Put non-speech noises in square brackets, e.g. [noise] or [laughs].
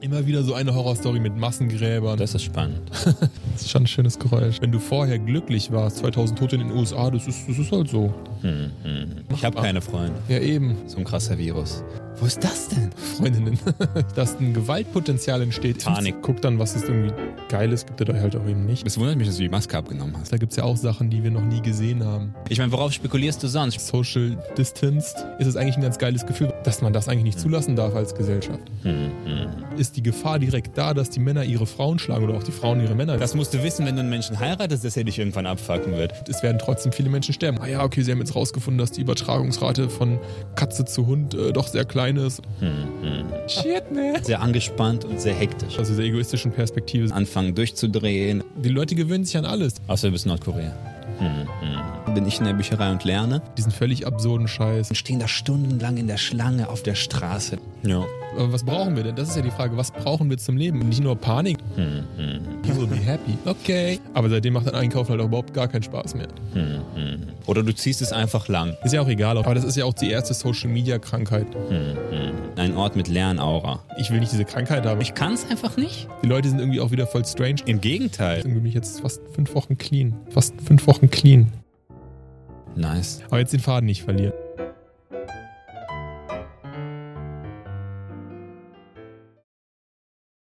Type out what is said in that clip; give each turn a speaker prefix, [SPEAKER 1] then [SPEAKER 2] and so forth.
[SPEAKER 1] immer wieder so eine Horrorstory mit Massengräbern.
[SPEAKER 2] Das ist spannend.
[SPEAKER 1] Das ist schon ein schönes Geräusch. Wenn du vorher glücklich warst, 2000 Tote in den USA, das ist, das ist halt so.
[SPEAKER 2] Hm, hm. Ich habe keine Freunde.
[SPEAKER 1] Ja, eben. [laughs]
[SPEAKER 2] So ein krasser Virus. Wo ist das denn?
[SPEAKER 1] Freundinnen. Dass ein Gewaltpotenzial entsteht.
[SPEAKER 2] Panik.
[SPEAKER 1] Guck dann, was ist irgendwie Geiles, gibt es da halt auch eben nicht.
[SPEAKER 2] Es wundert mich, dass du die Maske abgenommen hast.
[SPEAKER 1] Da gibt es ja auch Sachen, die wir noch nie gesehen haben.
[SPEAKER 2] Ich meine, worauf spekulierst du sonst?
[SPEAKER 1] Social Distanced ist es eigentlich ein ganz geiles Gefühl, dass man das eigentlich nicht zulassen darf als Gesellschaft.
[SPEAKER 2] Hm, hm.
[SPEAKER 1] Ist die Gefahr direkt da, dass die Männer ihre Frauen schlagen oder auch die Frauen ihre Männer?
[SPEAKER 2] Das musst du wissen, wenn du einen Menschen heiratest, dass er dich irgendwann abfucken wird.
[SPEAKER 1] es werden trotzdem viele Menschen sterben. Ah ja, okay, sie haben jetzt rausgefunden, dass die Übertragungsrate von Katze zu Hund äh, doch sehr klein ist.
[SPEAKER 2] Hm, hm.
[SPEAKER 1] Shit, ne?
[SPEAKER 2] Sehr angespannt und sehr hektisch.
[SPEAKER 1] Aus dieser egoistischen Perspektive.
[SPEAKER 2] Anfangen durchzudrehen.
[SPEAKER 1] Die Leute gewöhnen sich an alles.
[SPEAKER 2] Außer du bist Nordkorea. Hm, hm. Bin ich in der Bücherei und lerne.
[SPEAKER 1] Diesen völlig absurden Scheiß.
[SPEAKER 2] Und stehen da stundenlang in der Schlange auf der Straße. Ja.
[SPEAKER 1] Aber was brauchen wir denn? Das ist ja die Frage. Was brauchen wir zum Leben? Nicht nur Panik.
[SPEAKER 2] Hm, hm,
[SPEAKER 1] You will be happy. Okay. Aber seitdem macht ein Einkaufen halt auch überhaupt gar keinen Spaß mehr.
[SPEAKER 2] hm, hm. Oder du ziehst es einfach lang.
[SPEAKER 1] Ist ja auch egal. Aber das ist ja auch die erste Social-Media-Krankheit.
[SPEAKER 2] Hm, hm. Ein Ort mit Lernaura.
[SPEAKER 1] Ich will nicht diese Krankheit haben. Ich,
[SPEAKER 2] Ich kann es einfach nicht.
[SPEAKER 1] die Leute sind irgendwie auch wieder voll strange.
[SPEAKER 2] Im Gegenteil.
[SPEAKER 1] Irgendwie bin ich jetzt fast fünf Wochen clean. Fast fünf Wochen clean.
[SPEAKER 2] Nice.
[SPEAKER 1] Aber jetzt den Faden nicht verlieren.